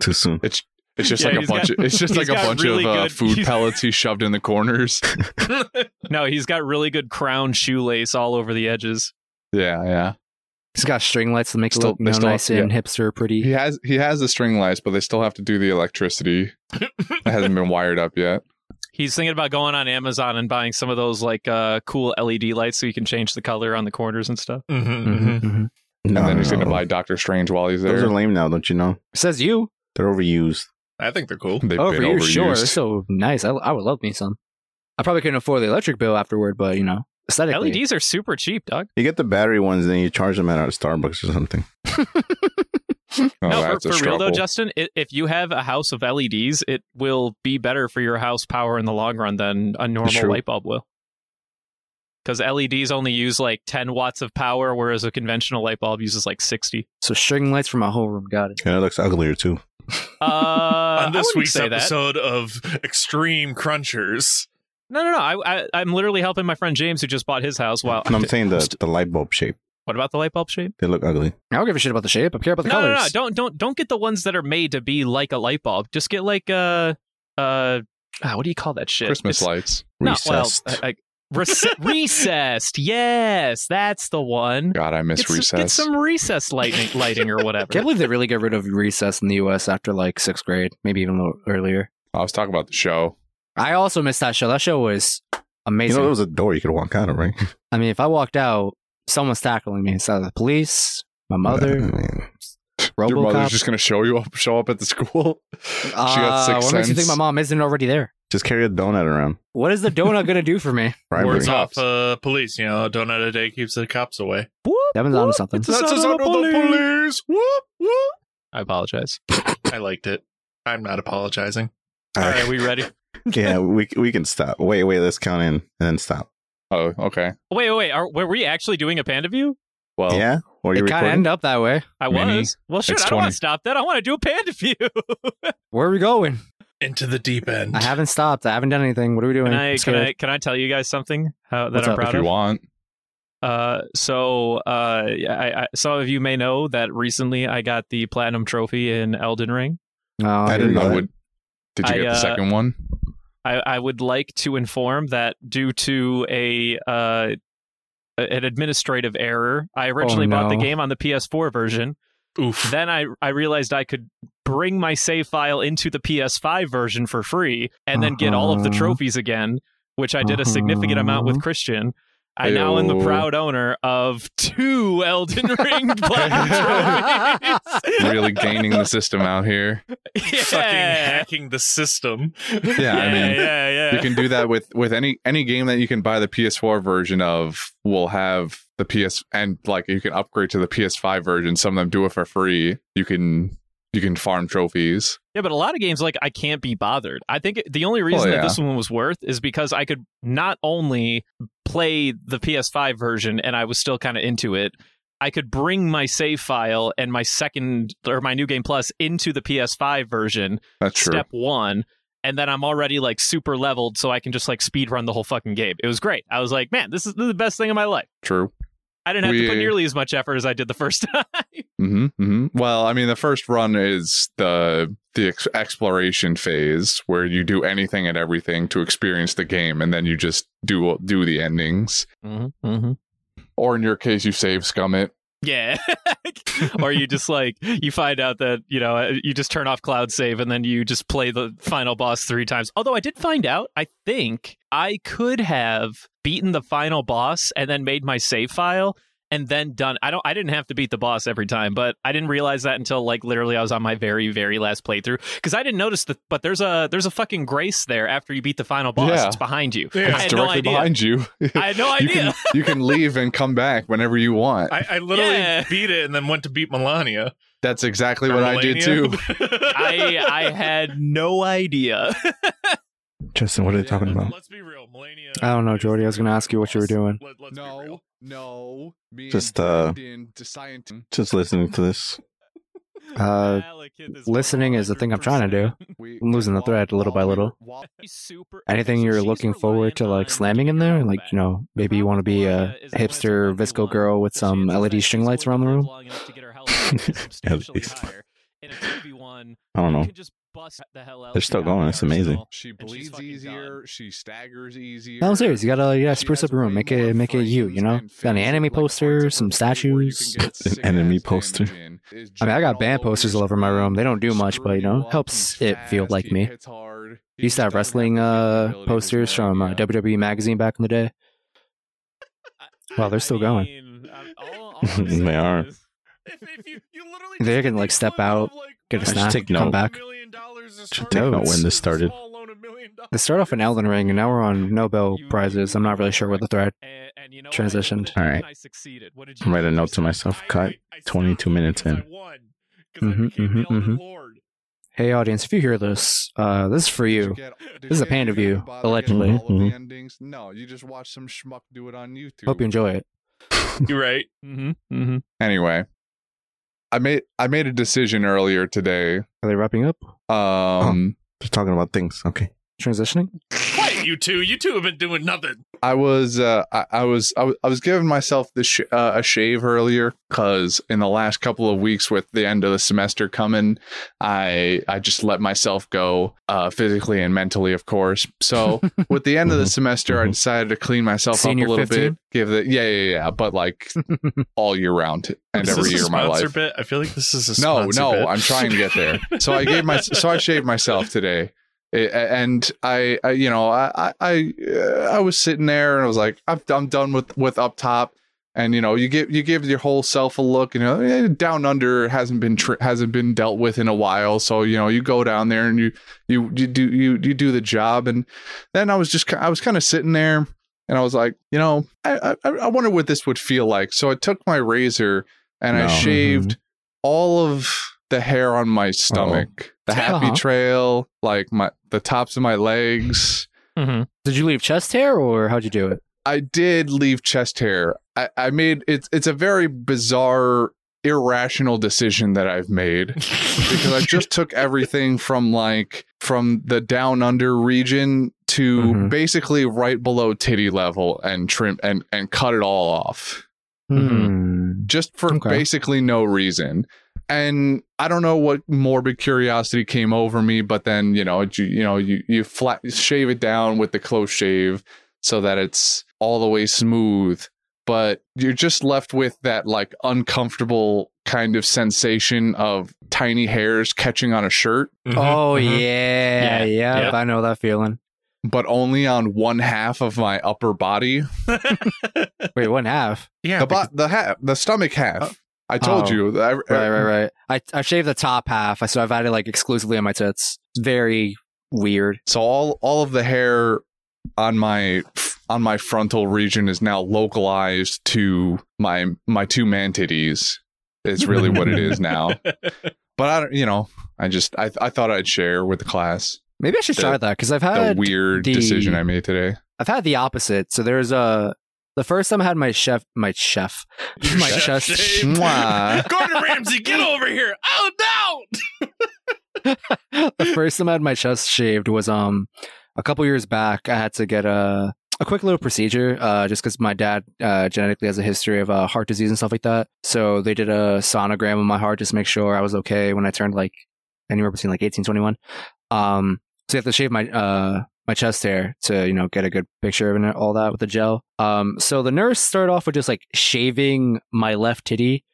Speaker 2: Too soon.
Speaker 1: It's just
Speaker 5: Yeah,
Speaker 1: like a
Speaker 5: he's
Speaker 1: bunch.
Speaker 5: got-
Speaker 1: of, it's just
Speaker 5: he's
Speaker 1: like a
Speaker 5: got
Speaker 1: bunch
Speaker 5: really
Speaker 1: of uh,
Speaker 5: good-
Speaker 1: food
Speaker 5: he's-
Speaker 1: pellets he shoved in the
Speaker 5: [laughs]
Speaker 1: corners.
Speaker 5: No, he's got really good crown shoelace all over the edges.
Speaker 1: Yeah, yeah.
Speaker 4: He's got string lights to make it
Speaker 1: Still-
Speaker 4: look
Speaker 1: they
Speaker 4: you know,
Speaker 1: still have-
Speaker 4: nice and hipster, pretty.
Speaker 1: He has he has the string lights, but they still have to do the electricity. it hasn't been wired up yet.
Speaker 5: He's thinking about going on Amazon and buying some of those like uh, cool LED lights so you can change the color on the corners and stuff.
Speaker 3: Mm-hmm,
Speaker 4: Mhm, mhm.
Speaker 2: No,
Speaker 1: And then he's
Speaker 2: no.
Speaker 1: going to buy Doctor Strange while he's
Speaker 2: Those are
Speaker 1: there.
Speaker 2: lame now, don't you know?
Speaker 4: Says you.
Speaker 2: They're overused.
Speaker 3: I think they're cool.
Speaker 1: They've
Speaker 4: Oh, for
Speaker 1: been
Speaker 4: you, sure.
Speaker 1: overused.
Speaker 4: It's so nice. I, I would love me some. I probably couldn't afford the electric bill afterward, but you know, aesthetically.
Speaker 5: LEDs E are super cheap, dog.
Speaker 2: You get the battery ones, then you charge them at our Starbucks or something.
Speaker 4: [laughs]
Speaker 1: Oh,
Speaker 5: no,
Speaker 1: that's
Speaker 5: for,
Speaker 1: a
Speaker 5: for real though,
Speaker 1: struggle.
Speaker 5: Justin, i if you have a house of LEDs, it will be better for your house power in the long run than a normal
Speaker 2: true.
Speaker 5: light bulb will. Because LEDs only use like 10 watts of power, whereas a conventional light bulb uses like 60.
Speaker 4: So string lights for my whole room. Got it.
Speaker 2: And it looks uglier too.
Speaker 5: Uh,
Speaker 3: On
Speaker 5: I
Speaker 3: this
Speaker 5: wouldn't
Speaker 3: week's
Speaker 5: say that.
Speaker 3: episode of Extreme Crunchers,
Speaker 5: No, no, no. I, I, I'm literally helping my friend James, who just bought his
Speaker 2: [laughs]
Speaker 5: house. While [laughs]
Speaker 2: No, I'm saying the, the light bulb shape.
Speaker 5: what about the light bulb shape?
Speaker 2: They look ugly.
Speaker 4: I don't give a shit about the shape. I care about the
Speaker 5: No, no,
Speaker 4: colors.
Speaker 5: no. Don't, don't, don't get the ones that are made to be like a light bulb. Just get like uh, uh, ah, what do you call that shit?
Speaker 1: Christmas
Speaker 5: It's-
Speaker 1: lights.
Speaker 5: No,
Speaker 2: Recessed.
Speaker 5: well, uh, I, I, rec- recessed. Yes, that's the one.
Speaker 1: God, I miss
Speaker 5: Get, s-
Speaker 1: recess.
Speaker 5: get some recess lighting, lighting or whatever.
Speaker 4: Can't believe they really get rid of recess in the U.S. after like sixth grade, maybe even a little earlier.
Speaker 1: I was talking about the show.
Speaker 4: I also missed that show. That show was
Speaker 2: you
Speaker 4: amazing.
Speaker 2: know, there was a door you could walk out of, [laughs] right?
Speaker 4: I mean, if I walked out, someone's tackling me. It's either the police,
Speaker 2: [laughs]
Speaker 4: my
Speaker 2: I
Speaker 4: mother,
Speaker 2: mean,
Speaker 4: RoboCop.
Speaker 1: Your mother's just going to show you up, show up at the school. [laughs] she got
Speaker 4: Uh,
Speaker 1: six
Speaker 4: what makes you think my mom isn't already there?
Speaker 2: just carry a donut around.
Speaker 4: What is the donut gonna
Speaker 2: [laughs]
Speaker 4: do for me?
Speaker 2: Bribery.
Speaker 3: words off
Speaker 1: Cops.
Speaker 3: uh, police. You know, a donut a day keeps the cops away.
Speaker 4: Devin's onto something.
Speaker 5: It's a That's son of the son of the police.
Speaker 3: police. Whoop whoop.
Speaker 5: I apologize.
Speaker 3: I liked it. I'm not apologizing.
Speaker 5: All
Speaker 2: All right.
Speaker 5: right, we ready?
Speaker 2: yeah, we we can stop. Wait, wait, let's count in and then stop.
Speaker 1: Oh, okay.
Speaker 5: Wait, wait, wait. Are, were we actually doing a panda view?
Speaker 1: Well,
Speaker 2: yeah, or you
Speaker 4: It kind of
Speaker 2: recording?
Speaker 4: ended up that way.
Speaker 5: I
Speaker 1: Mini.
Speaker 5: was. Well, shit.
Speaker 1: It's
Speaker 5: I don't want
Speaker 1: 20.
Speaker 5: to stop that. I want to do a panda view. [laughs]
Speaker 4: Where are we going?
Speaker 3: Into the deep end.
Speaker 4: I haven't stopped. I haven't done anything. What are we doing?
Speaker 5: Can I,
Speaker 4: I'm
Speaker 5: can
Speaker 4: scared.
Speaker 5: I can I tell you guys something uh, that
Speaker 4: What's
Speaker 5: I'm
Speaker 4: up?
Speaker 5: proud
Speaker 1: if you
Speaker 5: of?
Speaker 1: want.
Speaker 5: Uh, so uh, I, I, some of you may know that recently I got the platinum trophy in Elden Ring.
Speaker 4: No,
Speaker 2: I didn't know
Speaker 1: I
Speaker 2: that.
Speaker 1: would. Did you
Speaker 5: I,
Speaker 1: get the
Speaker 5: uh,
Speaker 1: second one?
Speaker 5: I, I would like to inform that due to a uh, an administrative error, I originally bought the
Speaker 4: no.
Speaker 5: game on the PS4 version.
Speaker 3: Oof.
Speaker 5: Then I I realized I could bring my save file into the PS5 version for free and then get all of the
Speaker 4: Uh-huh.
Speaker 5: trophies again, which I did a significant
Speaker 4: Uh-huh.
Speaker 5: amount with Christian. I now am the
Speaker 1: Ew.
Speaker 5: proud owner of two Elden Ring
Speaker 4: [laughs]
Speaker 5: platinum [laughs]
Speaker 2: [laughs]
Speaker 5: trophies.
Speaker 1: Really gaining the system out here.
Speaker 3: [laughs]
Speaker 5: yeah.
Speaker 3: Fucking hacking the system.
Speaker 1: Yeah, I
Speaker 5: yeah,
Speaker 1: mean,
Speaker 5: yeah, yeah.
Speaker 1: you can do that with with any any game that you can buy the PS4 version of will have the PS and like you can upgrade to the PS5 version. Some of them do it for free. You can you can farm trophies.
Speaker 5: Yeah, but a lot of games like I can't be bothered. I think it- the only reason
Speaker 1: Oh, yeah.
Speaker 5: that this one was worth is because I could not only play the PS5 version and I was still kind of into it, I could bring my save file and my second or my new game plus into the PS5 version.
Speaker 1: That's true.
Speaker 5: Step one. And then I'm already like super leveled, so I can just like speed run the whole fucking game. It was great. I was like, man, this is, this is the best thing in my life.
Speaker 1: True.
Speaker 5: I didn't have to put
Speaker 1: We-
Speaker 5: nearly as much effort as I did the first [laughs] time.
Speaker 1: hmm hmm Well, I mean, the first run is the the ex- exploration phase where you do anything and everything to experience the game, and then you just do do the endings.
Speaker 5: mm-hmm, mm-hmm.
Speaker 1: Or in your case, you save scum it.
Speaker 5: Yeah. [laughs] or you just like, you find out that, you know, uh, you just turn off cloud save and then you just play the final boss three times. Although I did find out, I think I could have beaten the final boss and then made my save file and then done. I don't, I didn't have to beat the boss every time, but I didn't realize that until like literally I was on my very, very last playthrough because I didn't notice that, but there's a, there's a fucking grace there after you beat the final boss.
Speaker 1: Yeah.
Speaker 5: It's behind you.
Speaker 3: Yeah.
Speaker 5: I
Speaker 1: It's
Speaker 5: had no
Speaker 1: directly
Speaker 5: idea.
Speaker 1: behind you. [laughs]
Speaker 5: I had no
Speaker 1: you
Speaker 5: idea. [laughs]
Speaker 1: can you can leave and come back whenever you want.
Speaker 3: I, I literally
Speaker 5: Yeah.
Speaker 3: beat it and then went to beat Melania.
Speaker 1: That's exactly
Speaker 3: Or
Speaker 1: what I did
Speaker 5: [laughs]
Speaker 3: Melania.
Speaker 1: too.
Speaker 3: [laughs]
Speaker 5: I,
Speaker 4: uh,
Speaker 5: I had no idea.
Speaker 2: Justin, what are they
Speaker 3: Yeah,
Speaker 2: talking
Speaker 3: let's-
Speaker 2: about?
Speaker 3: Let's be real, Melania.
Speaker 4: I don't know, Jordy. I was gonna ask you what you were doing.
Speaker 3: Let, us be
Speaker 1: No,
Speaker 3: real.
Speaker 1: no. Me
Speaker 2: Just, uh,
Speaker 1: Brandon, the scientist-
Speaker 2: Just listening to this.
Speaker 4: [laughs] Uh,
Speaker 5: Alec hit this
Speaker 4: listening is the thing I'm trying to
Speaker 5: 100%. [laughs]
Speaker 4: do. [laughs]
Speaker 1: we-
Speaker 4: I'm losing the
Speaker 1: while-
Speaker 4: thread little by
Speaker 1: while we
Speaker 4: little.
Speaker 1: were- while-
Speaker 5: She's Super,
Speaker 4: Anything
Speaker 5: okay, so
Speaker 4: you're
Speaker 5: she's
Speaker 4: looking
Speaker 5: relying
Speaker 4: forward to,
Speaker 5: on
Speaker 4: like slamming in there?
Speaker 5: your
Speaker 4: Like, you know, maybe you want to be a hipster visco girl with some LED string lights around the room. [laughs]
Speaker 2: I don't know. They're still going. That's amazing.
Speaker 1: She
Speaker 5: And she's
Speaker 1: bleeds
Speaker 5: fucking
Speaker 1: easier. She staggers easier.
Speaker 4: No, I'm serious. You gotta, yeah,
Speaker 1: She
Speaker 4: spruce
Speaker 1: has
Speaker 4: up your room.
Speaker 1: way
Speaker 4: Make
Speaker 1: more
Speaker 4: it, make it you.
Speaker 1: functions
Speaker 4: You know,
Speaker 1: and
Speaker 4: got an
Speaker 1: features,
Speaker 4: anime
Speaker 1: like, parts of
Speaker 4: poster,
Speaker 1: her
Speaker 4: some
Speaker 1: food where you
Speaker 4: statues.
Speaker 1: can get
Speaker 2: An
Speaker 1: sick
Speaker 2: enemy
Speaker 1: ass
Speaker 2: poster.
Speaker 1: damage in. It's
Speaker 4: I mean, I
Speaker 1: jagged
Speaker 4: got
Speaker 1: all
Speaker 4: band
Speaker 1: over
Speaker 4: posters all over
Speaker 1: your
Speaker 4: my
Speaker 1: screen.
Speaker 4: room. They don't do much, but you
Speaker 1: Screw
Speaker 4: know,
Speaker 1: up,
Speaker 4: helps
Speaker 1: he's
Speaker 4: it feel
Speaker 1: fast,
Speaker 4: like
Speaker 1: he
Speaker 4: me.
Speaker 1: hits hard. He
Speaker 4: Used to have
Speaker 1: doesn't
Speaker 4: wrestling
Speaker 1: the
Speaker 4: uh,
Speaker 1: ability to
Speaker 4: posters
Speaker 1: run,
Speaker 4: from uh,
Speaker 1: yeah.
Speaker 4: WWE magazine back in the day. Wow, they're still going. [laughs]
Speaker 2: They are.
Speaker 3: If, if you, you literally
Speaker 4: They
Speaker 3: just
Speaker 4: can, like,
Speaker 3: take
Speaker 4: step
Speaker 3: one loan
Speaker 4: out,
Speaker 3: of, like,
Speaker 4: get
Speaker 2: a
Speaker 3: one
Speaker 2: snack,
Speaker 3: loan of
Speaker 2: come
Speaker 3: a
Speaker 4: back.
Speaker 3: million dollars to
Speaker 2: Should
Speaker 3: start
Speaker 2: take
Speaker 3: with.
Speaker 2: note when this
Speaker 3: It's a
Speaker 2: started.
Speaker 3: small loan of million dollars.
Speaker 4: They start off in Elden Ring, and now we're on Nobel prizes. I'm not really sure what the thread.
Speaker 5: And, and you know
Speaker 4: Transitioned.
Speaker 5: All
Speaker 2: Alright.
Speaker 5: I succeeded. What did
Speaker 2: I'm
Speaker 5: you
Speaker 2: writing a
Speaker 5: do?
Speaker 2: note to myself. Cut.
Speaker 3: I- I
Speaker 2: 22
Speaker 3: stopped
Speaker 2: minutes
Speaker 3: because
Speaker 2: in.
Speaker 3: I won. Because
Speaker 4: Mhm,
Speaker 3: I became
Speaker 4: mhm,
Speaker 3: the Elden
Speaker 4: mhm.
Speaker 3: Lord.
Speaker 4: Hey, audience, if you hear this, uh, this is for
Speaker 1: Did
Speaker 4: you.
Speaker 1: get- did
Speaker 4: This is a
Speaker 1: get-
Speaker 4: panda
Speaker 1: did you
Speaker 4: view,
Speaker 1: bother getting
Speaker 4: allegedly. Mm-hmm.
Speaker 1: all of the
Speaker 2: Mhm.
Speaker 1: endings? No, you just watch some schmuck do it on YouTube.
Speaker 4: Hope you enjoy it.
Speaker 3: You're right.
Speaker 5: Mm-hmm, mm-hmm.
Speaker 1: Anyway, I made I made a decision earlier today.
Speaker 4: Are they wrapping up?
Speaker 1: Um,
Speaker 2: They're talking about things. Okay.
Speaker 4: Transitioning?
Speaker 3: Quiet, you two. You two have been doing nothing.
Speaker 1: I was uh, I, I was I was I was giving myself the sh- uh, a shave earlier because in the last couple of weeks with the end of the semester coming, I I just let myself go uh, physically and mentally, of course. So with the end of the
Speaker 2: Mhm.
Speaker 1: semester, I
Speaker 2: Mhm.
Speaker 1: decided to clean myself
Speaker 4: Senior
Speaker 1: up a little
Speaker 4: 15?
Speaker 1: bit. Give the yeah yeah yeah, but like all year round and
Speaker 3: Is
Speaker 1: every
Speaker 3: this a
Speaker 1: year of my
Speaker 3: sponsor
Speaker 1: life.
Speaker 3: Bit? I feel like this is a
Speaker 1: no
Speaker 3: sponsor
Speaker 1: no
Speaker 3: bit.
Speaker 1: i'm trying to
Speaker 3: [laughs]
Speaker 1: get there so i gave my so i shaved myself today I- and I, I you know i i I, uh, I was sitting there and i was like i'm, I'm done with with up top and you know you give you give your whole self a look you know eh, down under hasn't been tr- hasn't been dealt with in a while so you know you go down there and you you you do you you do the job and then i was just ki- i was kind of sitting there and i was like you know i i, I wonder what this would feel like so i took my razor and i
Speaker 2: No.
Speaker 1: shaved all of the hair on my stomach the happy
Speaker 4: Uh-huh.
Speaker 1: trail like my the tops of my legs
Speaker 5: Mm-hmm.
Speaker 4: Did you leave chest hair, or how'd you do it?
Speaker 1: I did leave chest hair. I, I made it's it's a very bizarre, irrational decision that I've made because I just took everything from like from the down under region to
Speaker 4: Mhm.
Speaker 1: basically right below titty level and trim and and cut it all off
Speaker 4: Hmm.
Speaker 1: just for
Speaker 4: Okay.
Speaker 1: basically no reason. And I don't know what morbid curiosity came over me, but then you know you you know you you flat shave it down with the close shave so that it's all the way smooth, but you're just left with that like uncomfortable kind of sensation of tiny hairs catching on a shirt,
Speaker 3: Mhm,
Speaker 4: Oh
Speaker 3: mhm.
Speaker 4: yeah,
Speaker 5: Yeah,
Speaker 4: yeah.
Speaker 5: yep.
Speaker 4: I know that feeling.
Speaker 1: but only on one half of my upper body.
Speaker 4: [laughs] Wait, one half.
Speaker 3: yeah.
Speaker 1: The bo- the half the stomach half. I told
Speaker 4: Oh.
Speaker 1: you. I, uh,
Speaker 4: Right, right, right. I I shaved the top half, so I've had it like exclusively on my tits. Very weird.
Speaker 1: So all all of the hair on my on my frontal region is now localized to my my two man titties. Is really what it is now. But I don't, you know, I just I I thought I'd share with the class
Speaker 4: Maybe I should
Speaker 1: The-
Speaker 4: try that because I've
Speaker 1: the
Speaker 4: had
Speaker 1: weird
Speaker 4: the-
Speaker 1: decision I made today.
Speaker 4: I've had the opposite. So there's a The first time I had my chef, my chef,
Speaker 3: Your
Speaker 4: my
Speaker 3: chef
Speaker 4: chest,
Speaker 3: shaved.
Speaker 1: Mwah.
Speaker 3: [laughs] Gordon Ramsay, get over here! Oh no!
Speaker 4: the first time I had my chest shaved was um a couple years back. I had to get a a quick little procedure uh, just because my dad uh, genetically has a history of uh, heart disease and stuff like that. So they did a sonogram of my heart just to make sure I was okay when I turned like anywhere between like 18, 21. Um, so you have to shave my uh my chest hair to you know get a good picture of it and all that with the gel. Um, so the nurse started off with just like shaving my left titty,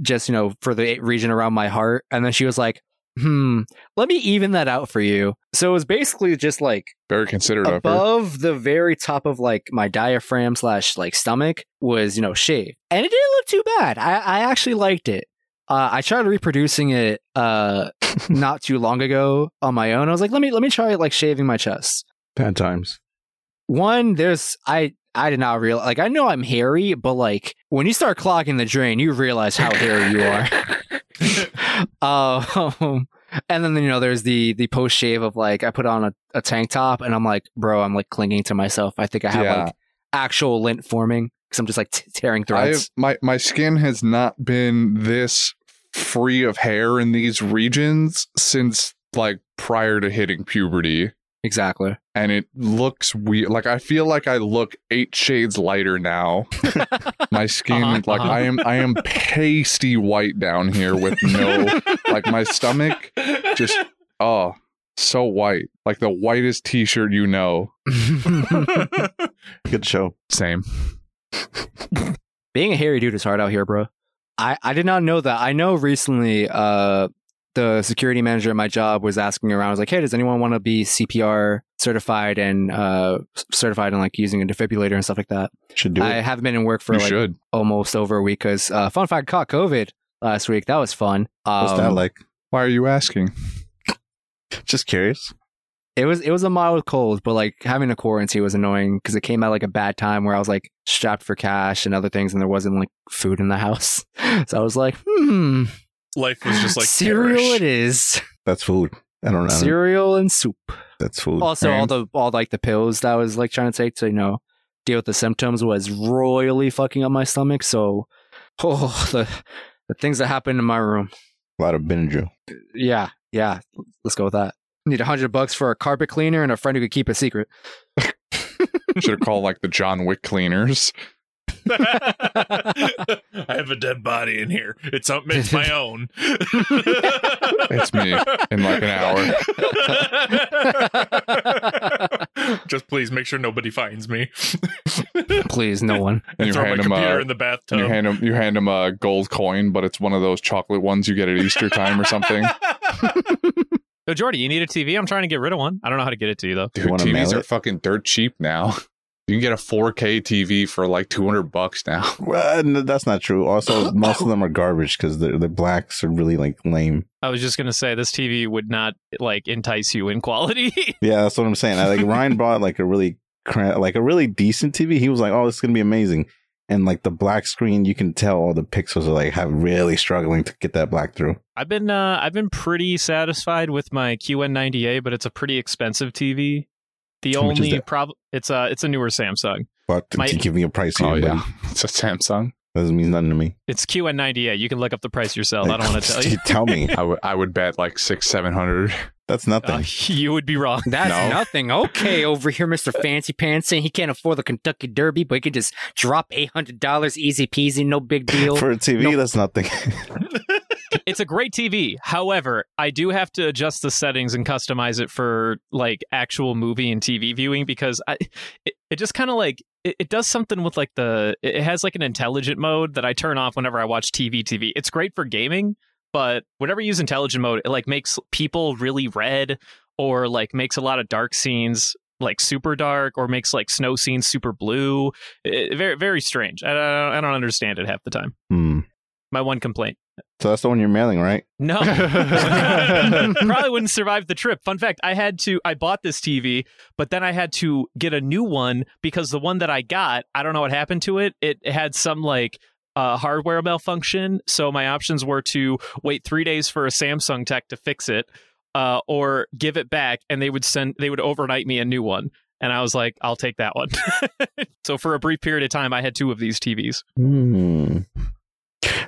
Speaker 4: just you know for the region around my heart, and then she was like, "Hmm, let me even that out for you." So it was basically just like
Speaker 1: Very considerate of her.
Speaker 4: above the very top of like my diaphragm slash like stomach was you know shaved, and it didn't look too bad. I I actually liked it. Uh, I tried reproducing it uh [laughs] not too long ago on my own. I was like, let me let me try like shaving my chest
Speaker 2: Bad times.
Speaker 4: one there's i i did not realize like i know i'm hairy but like when you start clogging the drain you realize how hairy you
Speaker 1: [laughs]
Speaker 4: are um and then you know there's the the post shave of like i put on a, a tank top and i'm like bro i'm like clinging to myself i think i have
Speaker 1: Yeah.
Speaker 4: like actual lint forming because i'm just like t- tearing
Speaker 1: I
Speaker 4: threads
Speaker 1: have, my my skin has not been this free of hair in these regions since like prior to hitting puberty.
Speaker 4: exactly
Speaker 1: and it looks weird. Like I feel like I look eight shades lighter
Speaker 5: [laughs]
Speaker 1: now. my skin,
Speaker 5: Uh-huh,
Speaker 1: like
Speaker 5: uh-huh.
Speaker 1: I am, I am pasty white down here with no, like my stomach. Just- Oh, so white, like the whitest T-shirt you know.
Speaker 2: Good show.
Speaker 1: Same.
Speaker 4: being a hairy dude is hard out here, bro. I, I did not know that. I know recently uh the security manager at my job was asking around. I was like, "Hey, does anyone want to be CPR certified and uh c- certified in like using a defibrillator and stuff like that?"
Speaker 2: Should do
Speaker 4: I
Speaker 2: it.
Speaker 4: haven't been in work for
Speaker 1: you
Speaker 4: like
Speaker 1: should.
Speaker 4: almost over a week because uh, fun fact, caught COVID last week. That was fun. Um,
Speaker 2: What's that like?
Speaker 1: Why are you asking?
Speaker 2: Just curious.
Speaker 4: It was it was a mild cold, but like having a quarantine was annoying because it came at like a bad time where I was like strapped for cash and other things, and there wasn't like food in the [laughs] house. So I was like, hmm.
Speaker 3: Life was just
Speaker 4: [laughs]
Speaker 3: like
Speaker 4: cereal.
Speaker 3: perish.
Speaker 4: It [laughs] is
Speaker 2: That's food. I don't know.
Speaker 4: cereal and soup.
Speaker 2: That's food.
Speaker 4: Also, all
Speaker 1: And-
Speaker 4: the all like the pills that I was like trying to take to you know deal with the symptoms was royally fucking up my stomach. So, [laughs] oh the the things that happened in my room.
Speaker 2: a lot of Benadryl.
Speaker 4: Yeah, yeah. Let's go with that. Need a hundred bucks for a carpet cleaner and a friend who could keep a secret.
Speaker 1: Should have called like the John Wick cleaners.
Speaker 3: [laughs] I have a dead body in here. It's um, it's my own.
Speaker 1: It's me in like an hour.
Speaker 3: [laughs] Just please make sure nobody finds me.
Speaker 4: Please, no one.
Speaker 1: And you
Speaker 3: Throw my
Speaker 1: hand him
Speaker 3: computer
Speaker 1: a.
Speaker 3: in
Speaker 1: and
Speaker 3: the
Speaker 1: You
Speaker 3: bathtub.
Speaker 1: hand him, you hand him a gold coin, but it's one of those chocolate ones you get at Easter time or [laughs] something.
Speaker 5: Yo, Jordy, you need a TV? I'm trying to get rid of one. I don't know how to get it to you though.
Speaker 1: Dude,
Speaker 2: wanna
Speaker 1: TVs
Speaker 2: mail
Speaker 1: are
Speaker 2: it?
Speaker 1: fucking dirt cheap now. [laughs] You can get a 4K TV for like 200 bucks now. [laughs]
Speaker 2: Well, no, that's not true. Also, most of them are garbage because the the blacks are really like lame.
Speaker 5: I was just gonna say this TV would not like entice you in quality. [laughs]
Speaker 2: Yeah, that's what I'm saying. I, like Ryan bought like a really cra- like a really decent TV. He was like, "Oh, it's gonna be amazing," and like the black screen, you can tell all the pixels are like have really struggling to get that black through.
Speaker 5: I've been uh, I've been pretty satisfied with my QN90A, but it's a pretty expensive TV. The
Speaker 2: How much is
Speaker 5: only
Speaker 2: that?
Speaker 5: problem it's a it's a newer Samsung.
Speaker 2: But to
Speaker 5: My- Oh,
Speaker 2: to give me a price, here, buddy,
Speaker 1: [laughs] It's a Samsung.
Speaker 2: doesn't mean nothing to me.
Speaker 5: It's QN90A. You can look up the price yourself. I
Speaker 2: [laughs]
Speaker 5: don't want to tell you.
Speaker 2: tell
Speaker 5: [laughs]
Speaker 2: me
Speaker 1: I would I would bet like six, seven hundred.
Speaker 2: that's nothing.
Speaker 5: Uh, [laughs] you would be wrong.
Speaker 4: [laughs] That's
Speaker 1: No.
Speaker 4: nothing. Okay, over here, Mister Fancy Pants saying he can't afford the Kentucky Derby, but he can just drop eight hundred dollars, easy peasy, no [laughs] big deal.
Speaker 2: For a TV,
Speaker 4: No.
Speaker 2: that's nothing. [laughs]
Speaker 5: It's a great TV. However, I do have to adjust the settings and customize it for like actual movie and TV viewing because I it, it just kind of like it, it does something with like the it it has like an intelligent mode that I turn off whenever I watch TV TV. It's great for gaming, but whenever you use intelligent mode, it like makes people really red or like makes a lot of dark scenes like super dark or makes like snow scenes super blue. It- very very strange. I don't, I don't understand it half the time.
Speaker 2: Hmm.
Speaker 5: My one complaint.
Speaker 2: So that's the one you're mailing, right?
Speaker 5: No. [laughs] probably wouldn't survive the trip. Fun fact, I had to I bought this TV, but then I had to get a new one because the one that I got, I don't know what happened to it. It, it had some like uh, hardware malfunction, so my options were to wait 3 days for a Samsung tech to fix it uh, or give it back and they would send they would overnight me a new one. And I was like, I'll take that one. [laughs] so for a brief period of time, I had two of these TVs.
Speaker 2: Hmm.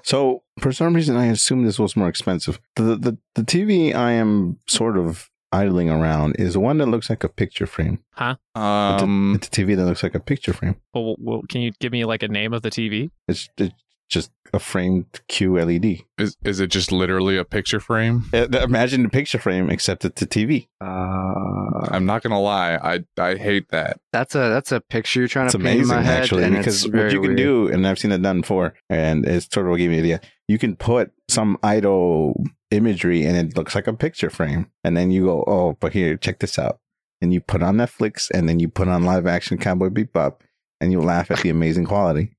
Speaker 2: So for some reason, I assume this was more expensive. The, the the TV I am sort of idling around is the one that looks like a picture frame.
Speaker 1: Um,
Speaker 2: It's a TV that looks like a picture frame.
Speaker 5: But w well, can you give me like a name of the TV?
Speaker 2: It's, it's just a framed E QLED.
Speaker 1: is is it just literally a picture frame?
Speaker 2: Uh, Imagine the picture frame, except it's a TV.
Speaker 4: Uh,
Speaker 1: I'm not gonna lie, I I hate that.
Speaker 4: that's a that's a picture you're trying
Speaker 2: It's
Speaker 4: to paint in
Speaker 2: amazing,
Speaker 4: my head,
Speaker 2: actually,
Speaker 4: and
Speaker 2: because
Speaker 4: it's
Speaker 2: what
Speaker 4: very
Speaker 2: you can
Speaker 4: weird.
Speaker 2: do, and I've seen it done before, and it's sort of what gave me the idea. You can put some idle imagery, and it looks like a picture frame, and then you go, "Oh, but here, check this out," and you put on Netflix, and then you put on live action Cowboy Bebop, and you laugh at the amazing quality.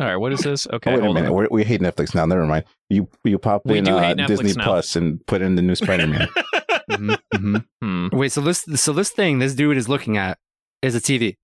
Speaker 5: All right, what is this? Okay,
Speaker 2: oh, wait a
Speaker 5: hold
Speaker 2: minute,
Speaker 5: on.
Speaker 2: we we hate Netflix now. Never mind. You you pop
Speaker 5: We
Speaker 2: in
Speaker 5: do
Speaker 2: uh,
Speaker 5: hate Netflix
Speaker 2: Disney
Speaker 5: now.
Speaker 2: Plus and put in the new Spider Man.
Speaker 1: Mhm, mhm.
Speaker 5: Hmm.
Speaker 4: Wait, so this so this thing this dude is looking at is a TV.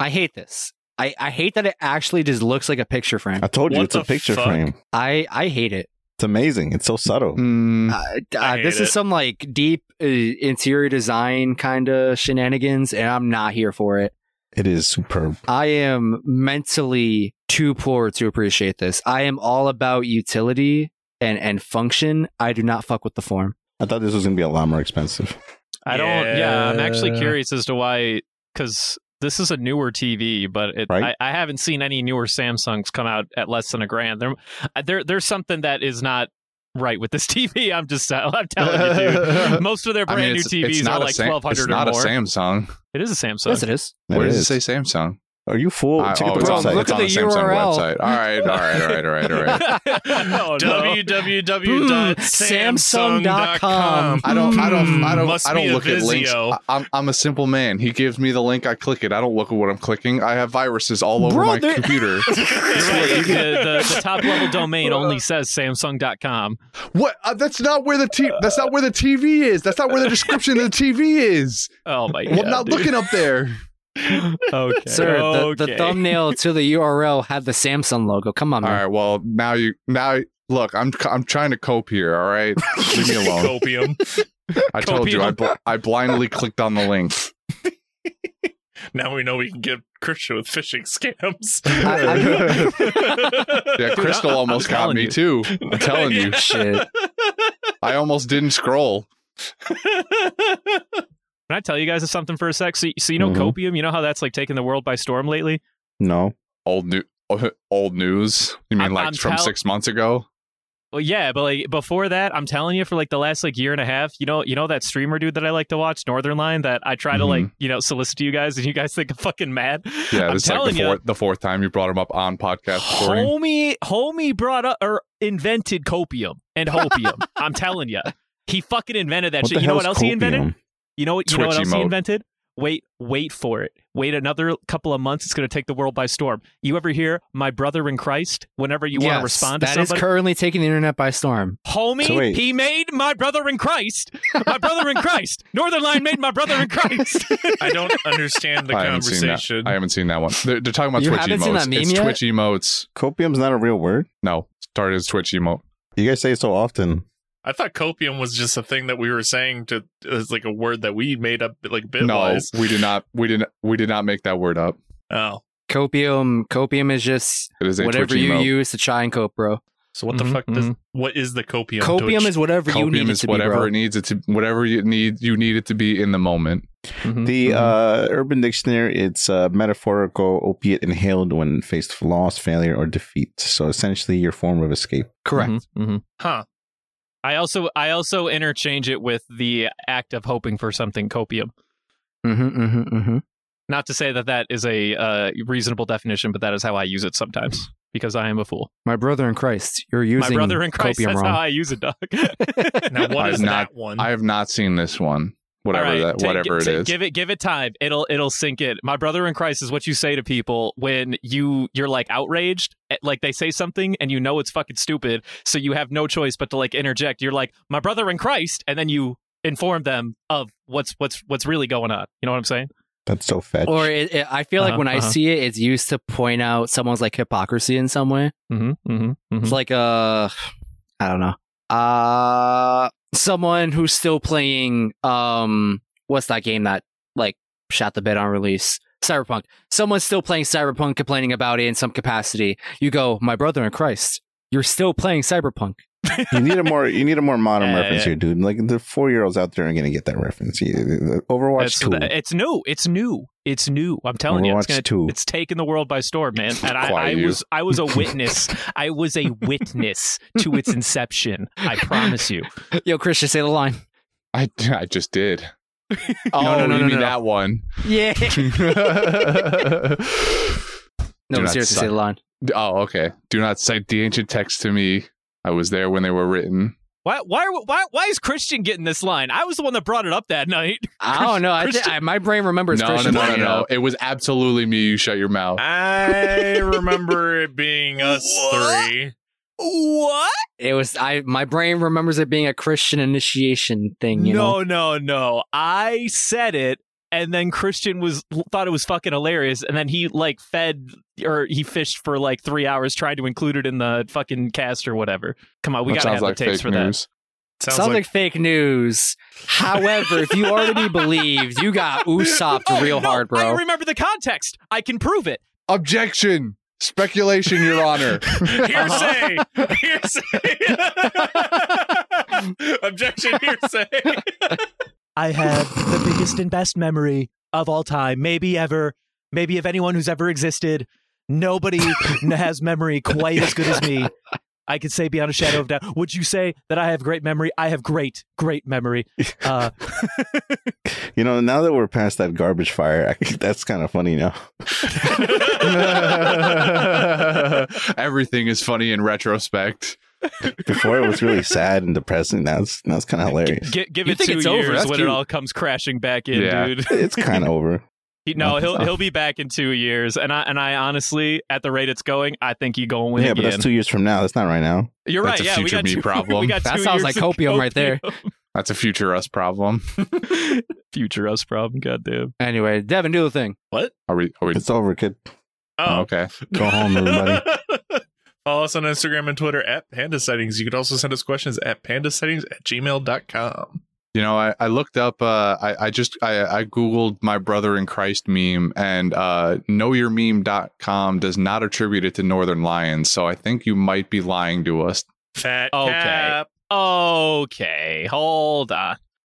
Speaker 4: I hate this. I, I hate that it actually just looks like a picture frame.
Speaker 2: I told you
Speaker 3: What
Speaker 2: it's a
Speaker 3: the
Speaker 2: picture
Speaker 3: fuck?
Speaker 2: frame.
Speaker 4: I I hate it.
Speaker 2: It's amazing. It's so subtle.
Speaker 1: Mm,
Speaker 4: Uh,
Speaker 3: I
Speaker 4: uh,
Speaker 3: hate
Speaker 4: this is
Speaker 3: it.
Speaker 4: some like deep uh, interior design kind of shenanigans, and I'm not here for it.
Speaker 2: It is superb.
Speaker 4: I am mentally too poor to appreciate this. I am all about utility and and function. I do not fuck with the form.
Speaker 2: I thought this was gonna be a lot more expensive.
Speaker 5: I don't. Yeah. I'm actually
Speaker 3: Yeah.
Speaker 5: curious as to why, because this is a newer TV, but it,
Speaker 2: Right.
Speaker 5: I, I haven't seen any newer Samsungs come out at less than a grand. There, uh, there, there's something that is not right with this [laughs] TV. I'm just, I'm telling you,
Speaker 1: [laughs]
Speaker 5: dude. Most of their
Speaker 1: I
Speaker 5: brand
Speaker 1: mean,
Speaker 5: new
Speaker 1: it's,
Speaker 5: TVs
Speaker 1: it's not
Speaker 5: are
Speaker 1: a
Speaker 5: like
Speaker 1: Sam-
Speaker 5: twelve
Speaker 1: It's
Speaker 5: hundred or
Speaker 1: not
Speaker 5: more.
Speaker 1: a Samsung.
Speaker 5: It is a Samsung. [laughs]
Speaker 4: yes, it is.
Speaker 1: Where
Speaker 2: It
Speaker 1: does
Speaker 2: is.
Speaker 1: it say Samsung?
Speaker 2: Are you full?
Speaker 1: I-
Speaker 2: Check
Speaker 1: oh,
Speaker 2: the
Speaker 1: it's
Speaker 4: Bro,
Speaker 1: on,
Speaker 2: website.
Speaker 4: look
Speaker 1: it's
Speaker 4: at
Speaker 1: on the,
Speaker 4: the
Speaker 1: Samsung
Speaker 4: URL.
Speaker 1: website. All right, all right, all right, all right, all right.
Speaker 2: [laughs]
Speaker 5: Oh, no.
Speaker 3: www.samsung.com.
Speaker 1: I don't, I don't, I don't,
Speaker 3: Hmm. Must
Speaker 1: I don't
Speaker 3: be a
Speaker 1: look at links. Uh,
Speaker 3: Vizio.
Speaker 1: I, I'm, I'm a simple man. He gives me the link, I click it. I don't look at what I'm clicking. I have viruses all over
Speaker 4: Bro,
Speaker 1: my
Speaker 4: they-
Speaker 1: computer.
Speaker 5: You're right. the, the, the top level domain
Speaker 1: [laughs]
Speaker 5: only says Samsung.com.
Speaker 1: [laughs] what? Uh, that's not where the t- that's not where the TV is. That's not where the description of the TV is.
Speaker 5: Oh my god!
Speaker 1: Well, I'm not
Speaker 5: dude.
Speaker 1: looking up there.
Speaker 5: Okay,
Speaker 4: Sir, the, the
Speaker 5: okay. [laughs]
Speaker 4: thumbnail to the URL had the Samsung logo. Come
Speaker 1: [laughs]
Speaker 4: on,
Speaker 1: All
Speaker 4: man.
Speaker 1: right. Well, now you now look. I'm I'm trying to cope here. All
Speaker 3: [laughs]
Speaker 1: right. Leave me alone.
Speaker 3: Copium.
Speaker 1: I told you. I
Speaker 5: Copium.
Speaker 1: bl- I blindly clicked on the
Speaker 3: [laughs]
Speaker 1: link.
Speaker 3: Now we know we can get Christian with phishing
Speaker 1: [laughs]
Speaker 3: scams. [laughs]
Speaker 1: Yeah, Crystal
Speaker 5: I'm-
Speaker 1: almost
Speaker 5: I'm
Speaker 1: got
Speaker 5: telling
Speaker 1: me
Speaker 5: you.
Speaker 1: too. I'm telling
Speaker 3: [laughs]
Speaker 5: [laughs]
Speaker 1: you.
Speaker 4: Shit.
Speaker 1: I almost didn't scroll.
Speaker 5: Can I tell you guys something for a sec? So, so you know
Speaker 2: Mhm.
Speaker 1: Mm-hmm.
Speaker 5: copium? You know how that's like taking the world by storm lately?
Speaker 2: No.
Speaker 1: Old new. [laughs] Old news. You mean
Speaker 5: I'm-
Speaker 1: like
Speaker 5: I'm
Speaker 1: from
Speaker 5: tell-
Speaker 1: six months ago?
Speaker 5: Well, yeah, but like before that, I'm telling you, for like the last like year and a half, you know, you know that streamer dude that I like to watch, Northern Line, that I try to like, you know, solicit to you guys, and you guys think I'm fucking mad.
Speaker 1: Mm-hmm. Yeah,
Speaker 5: I'm
Speaker 1: this is like
Speaker 5: telling
Speaker 1: the
Speaker 5: you,
Speaker 1: fourth, the fourth time you brought him up on podcast recording.
Speaker 5: homie, homie brought up or invented copium
Speaker 1: [laughs]
Speaker 5: and hopium. I'm telling you, he fucking invented that
Speaker 2: What
Speaker 5: shit.
Speaker 2: the
Speaker 5: You know what
Speaker 2: hell's
Speaker 5: else he invented?
Speaker 2: copium?
Speaker 5: You know what? You know what
Speaker 1: Twitch
Speaker 5: else
Speaker 1: emote.
Speaker 5: he invented? Wait, wait for it. Wait another couple of months. It's going to take the world by storm. You ever hear my brother in Christ? Whenever you want to
Speaker 4: Yes,
Speaker 5: respond to
Speaker 4: that is
Speaker 5: somebody,
Speaker 4: currently taking the internet by
Speaker 5: [laughs]
Speaker 4: storm.
Speaker 5: homie,
Speaker 2: So wait.
Speaker 5: he made my brother in Christ. My brother
Speaker 4: [laughs]
Speaker 5: in Christ. Northern Line made my brother in Christ.
Speaker 3: I don't understand the
Speaker 1: I haven't seen that.
Speaker 3: conversation.
Speaker 1: I haven't seen that one. They're, they're talking about
Speaker 4: You
Speaker 1: Twitch
Speaker 4: haven't seen
Speaker 1: emotes.
Speaker 4: that meme
Speaker 1: it's
Speaker 4: yet?
Speaker 1: Twitch emotes.
Speaker 2: Copium's not a real word.
Speaker 1: No, started as Twitch emote.
Speaker 2: You guys say it so often.
Speaker 3: I thought copium was just a thing that we were saying to as like a word that we made up like
Speaker 1: no,
Speaker 3: bitwise.
Speaker 1: we did not. We did not. We did not make that word up.
Speaker 3: Oh.
Speaker 4: Copium, copium is just
Speaker 1: It is a
Speaker 4: whatever
Speaker 1: Twitch
Speaker 4: you
Speaker 1: emote.
Speaker 4: use to try and cope, bro.
Speaker 3: So what
Speaker 5: Mhm,
Speaker 3: the fuck does
Speaker 5: mhm.
Speaker 3: what is the copium?
Speaker 4: Copium
Speaker 3: Deutsch?
Speaker 4: is whatever you need
Speaker 1: Copium
Speaker 4: it
Speaker 1: is
Speaker 4: to
Speaker 1: whatever
Speaker 4: be, bro.
Speaker 1: it needs it to. Whatever you need, you need it to be in the moment.
Speaker 5: Mm-hmm.
Speaker 2: The uh, Urban Dictionary, it's a metaphorical opiate inhaled when faced with loss, failure, or defeat. So essentially your form of escape.
Speaker 4: [laughs] Correct.
Speaker 3: huh.
Speaker 5: I also I also interchange it with the act of hoping for something copium.
Speaker 4: Mm-hmm, mm-hmm, mm-hmm.
Speaker 5: Not to say that that is a uh, reasonable definition, but that is how I use it sometimes because I am a fool.
Speaker 4: My brother in Christ, you're using
Speaker 5: my brother in Christ.
Speaker 4: copium
Speaker 5: That's
Speaker 4: wrong.
Speaker 5: how I use
Speaker 4: [laughs]
Speaker 5: it, dog.
Speaker 3: Now
Speaker 5: [laughs]
Speaker 3: what
Speaker 1: I've
Speaker 3: is
Speaker 1: not-
Speaker 3: that one?
Speaker 1: I have not seen this one. Whatever
Speaker 5: All right,
Speaker 1: that.
Speaker 5: take-
Speaker 1: whatever it
Speaker 5: take-
Speaker 1: is.
Speaker 5: Give it give it time. It'll it'll sink in. My brother in Christ is what you say to people when you you're like outraged, at- like they say something and you know it's fucking stupid, so you have no choice but to like interject. You're like, "My brother in Christ," and then you inform them of what's what's what's really going on. You know what I'm saying?
Speaker 2: That's so fetch.
Speaker 4: or it, it, I feel like
Speaker 5: Uh-huh,
Speaker 4: when I
Speaker 5: uh-huh.
Speaker 4: see it, it's used to point out someone's like hypocrisy in some way.
Speaker 5: Mm-hmm. Mm-hmm.
Speaker 4: It's like uh, I don't know, uh, someone who's still playing um what's that game that like shot the bed on release? Cyberpunk. Someone's still playing Cyberpunk, complaining about it in some capacity. You go, my brother in Christ, you're still
Speaker 1: [laughs]
Speaker 4: playing Cyberpunk.
Speaker 2: [laughs]
Speaker 1: mm-hmm.
Speaker 5: [laughs]
Speaker 2: You need a more you need a more modern
Speaker 3: Yeah,
Speaker 2: reference
Speaker 3: yeah.
Speaker 2: here, dude. Like the four year olds out there are gonna get that reference. You- the- Overwatch
Speaker 5: It's,
Speaker 2: two.
Speaker 5: it's new. It's new. It's new. I'm telling you,
Speaker 2: Overwatch
Speaker 5: it's gonna,
Speaker 2: two.
Speaker 5: it's taking the world by storm, man. And I, I
Speaker 1: Quiet you.
Speaker 5: was I
Speaker 1: [laughs]
Speaker 5: was a witness. I was a witness to its inception. I promise you.
Speaker 4: Yo, Christian, say the line.
Speaker 1: I, [laughs] I just
Speaker 5: [laughs]
Speaker 1: did.
Speaker 4: Oh, no, no,
Speaker 1: you
Speaker 4: no,
Speaker 1: mean
Speaker 4: no.
Speaker 1: that one.
Speaker 4: Yeah. [laughs]
Speaker 1: [laughs] Oh,
Speaker 4: No,
Speaker 1: Do
Speaker 4: but
Speaker 1: not
Speaker 4: seriously, say
Speaker 1: sigh.
Speaker 4: the line.
Speaker 1: oh, okay. Do not cite the ancient texts to me. I was there when they were written.
Speaker 5: Why why are we- why why is Christian getting this line? I was the one that brought it up that night.
Speaker 4: I don't know. I thi-
Speaker 5: Christian-
Speaker 4: I, my brain
Speaker 1: No,
Speaker 4: remembers
Speaker 1: no, no,
Speaker 4: Christian.
Speaker 1: no,
Speaker 4: bringing it
Speaker 1: no.
Speaker 4: up.
Speaker 1: It was absolutely me. You shut your mouth.
Speaker 5: Ah,
Speaker 3: I remember it being us
Speaker 5: What?
Speaker 3: three.
Speaker 5: What?
Speaker 4: It was I. My brain remembers it being a Christian initiation thing. You know.
Speaker 5: No, no, no. I said it and then Christian was thought it was fucking hilarious and then he like fed or he fished for like 3 hours trying to include it in the fucking cast or whatever. Come on, we
Speaker 1: That
Speaker 5: got to
Speaker 1: sounds
Speaker 5: have
Speaker 1: like
Speaker 5: the tapes
Speaker 1: fake
Speaker 5: for that.
Speaker 1: news.
Speaker 3: Sounds,
Speaker 4: Sounds like,
Speaker 3: like,
Speaker 4: fake news. However, if you already believed, you got Usopped
Speaker 5: Oh,
Speaker 4: real
Speaker 5: no,
Speaker 4: hard,
Speaker 5: I
Speaker 4: bro.
Speaker 5: remember the context. I can prove it.
Speaker 1: Objection. Speculation, Your Honor.
Speaker 5: [laughs]
Speaker 1: [laughs]
Speaker 3: hearsay. [laughs] Hearsay. Objection. Hearsay.
Speaker 5: I have the biggest and best memory of all time, maybe ever, maybe of anyone who's ever existed.
Speaker 1: [laughs]
Speaker 5: Nobody n- has memory quite as good as me. I could say beyond a shadow of doubt. Would you say that I have great memory? I have great,
Speaker 1: [laughs]
Speaker 5: great memory. Uh,
Speaker 2: You know, now that we're past that garbage fire, [laughs] I, that's kind of funny now.
Speaker 1: Everything is funny in retrospect.
Speaker 2: Before it was really sad and depressing. Now it's now it's
Speaker 5: [laughs]
Speaker 2: kind of hilarious.
Speaker 5: give
Speaker 4: You it think two it's over. years That's when it cute. all
Speaker 5: comes crashing back
Speaker 1: in, Yeah. [laughs]
Speaker 5: dude.
Speaker 2: It's kind of over.
Speaker 5: He,
Speaker 2: no,
Speaker 5: no,
Speaker 2: he'll-
Speaker 5: he'll
Speaker 2: he'll
Speaker 5: he'll be back in two years, and I and I honestly, at the rate it's going, I think he's going to win
Speaker 2: Yeah, but
Speaker 5: again.
Speaker 2: that's two years from now. That's not right now.
Speaker 5: You're
Speaker 1: That's
Speaker 5: right.
Speaker 1: a
Speaker 5: yeah, we
Speaker 1: future
Speaker 5: got
Speaker 1: me
Speaker 5: two, [laughs]
Speaker 1: problem.
Speaker 5: We got
Speaker 4: That
Speaker 5: two
Speaker 4: sounds like
Speaker 5: years of
Speaker 4: copium right there.
Speaker 1: That's a future us problem.
Speaker 5: copium. [laughs] future us problem. Goddamn.
Speaker 4: Anyway, Devin, do the thing.
Speaker 1: Are we? Are we?
Speaker 2: It's over, kid.
Speaker 1: oh,
Speaker 3: Oh,
Speaker 1: okay.
Speaker 2: Go home,
Speaker 5: [laughs]
Speaker 2: everybody.
Speaker 3: [laughs] Follow us on Instagram and Twitter at Panda Settings. You could also send us questions at pandasettings at gmail.com.
Speaker 1: You know, I, I looked up. Uh, I I just I, I googled my brother in Christ meme, and uh, knowyourmeme.com does not attribute it to Northern Lions. So I think you might be lying to us.
Speaker 3: Fat
Speaker 5: Okay.
Speaker 3: cap.
Speaker 5: Okay, hold on.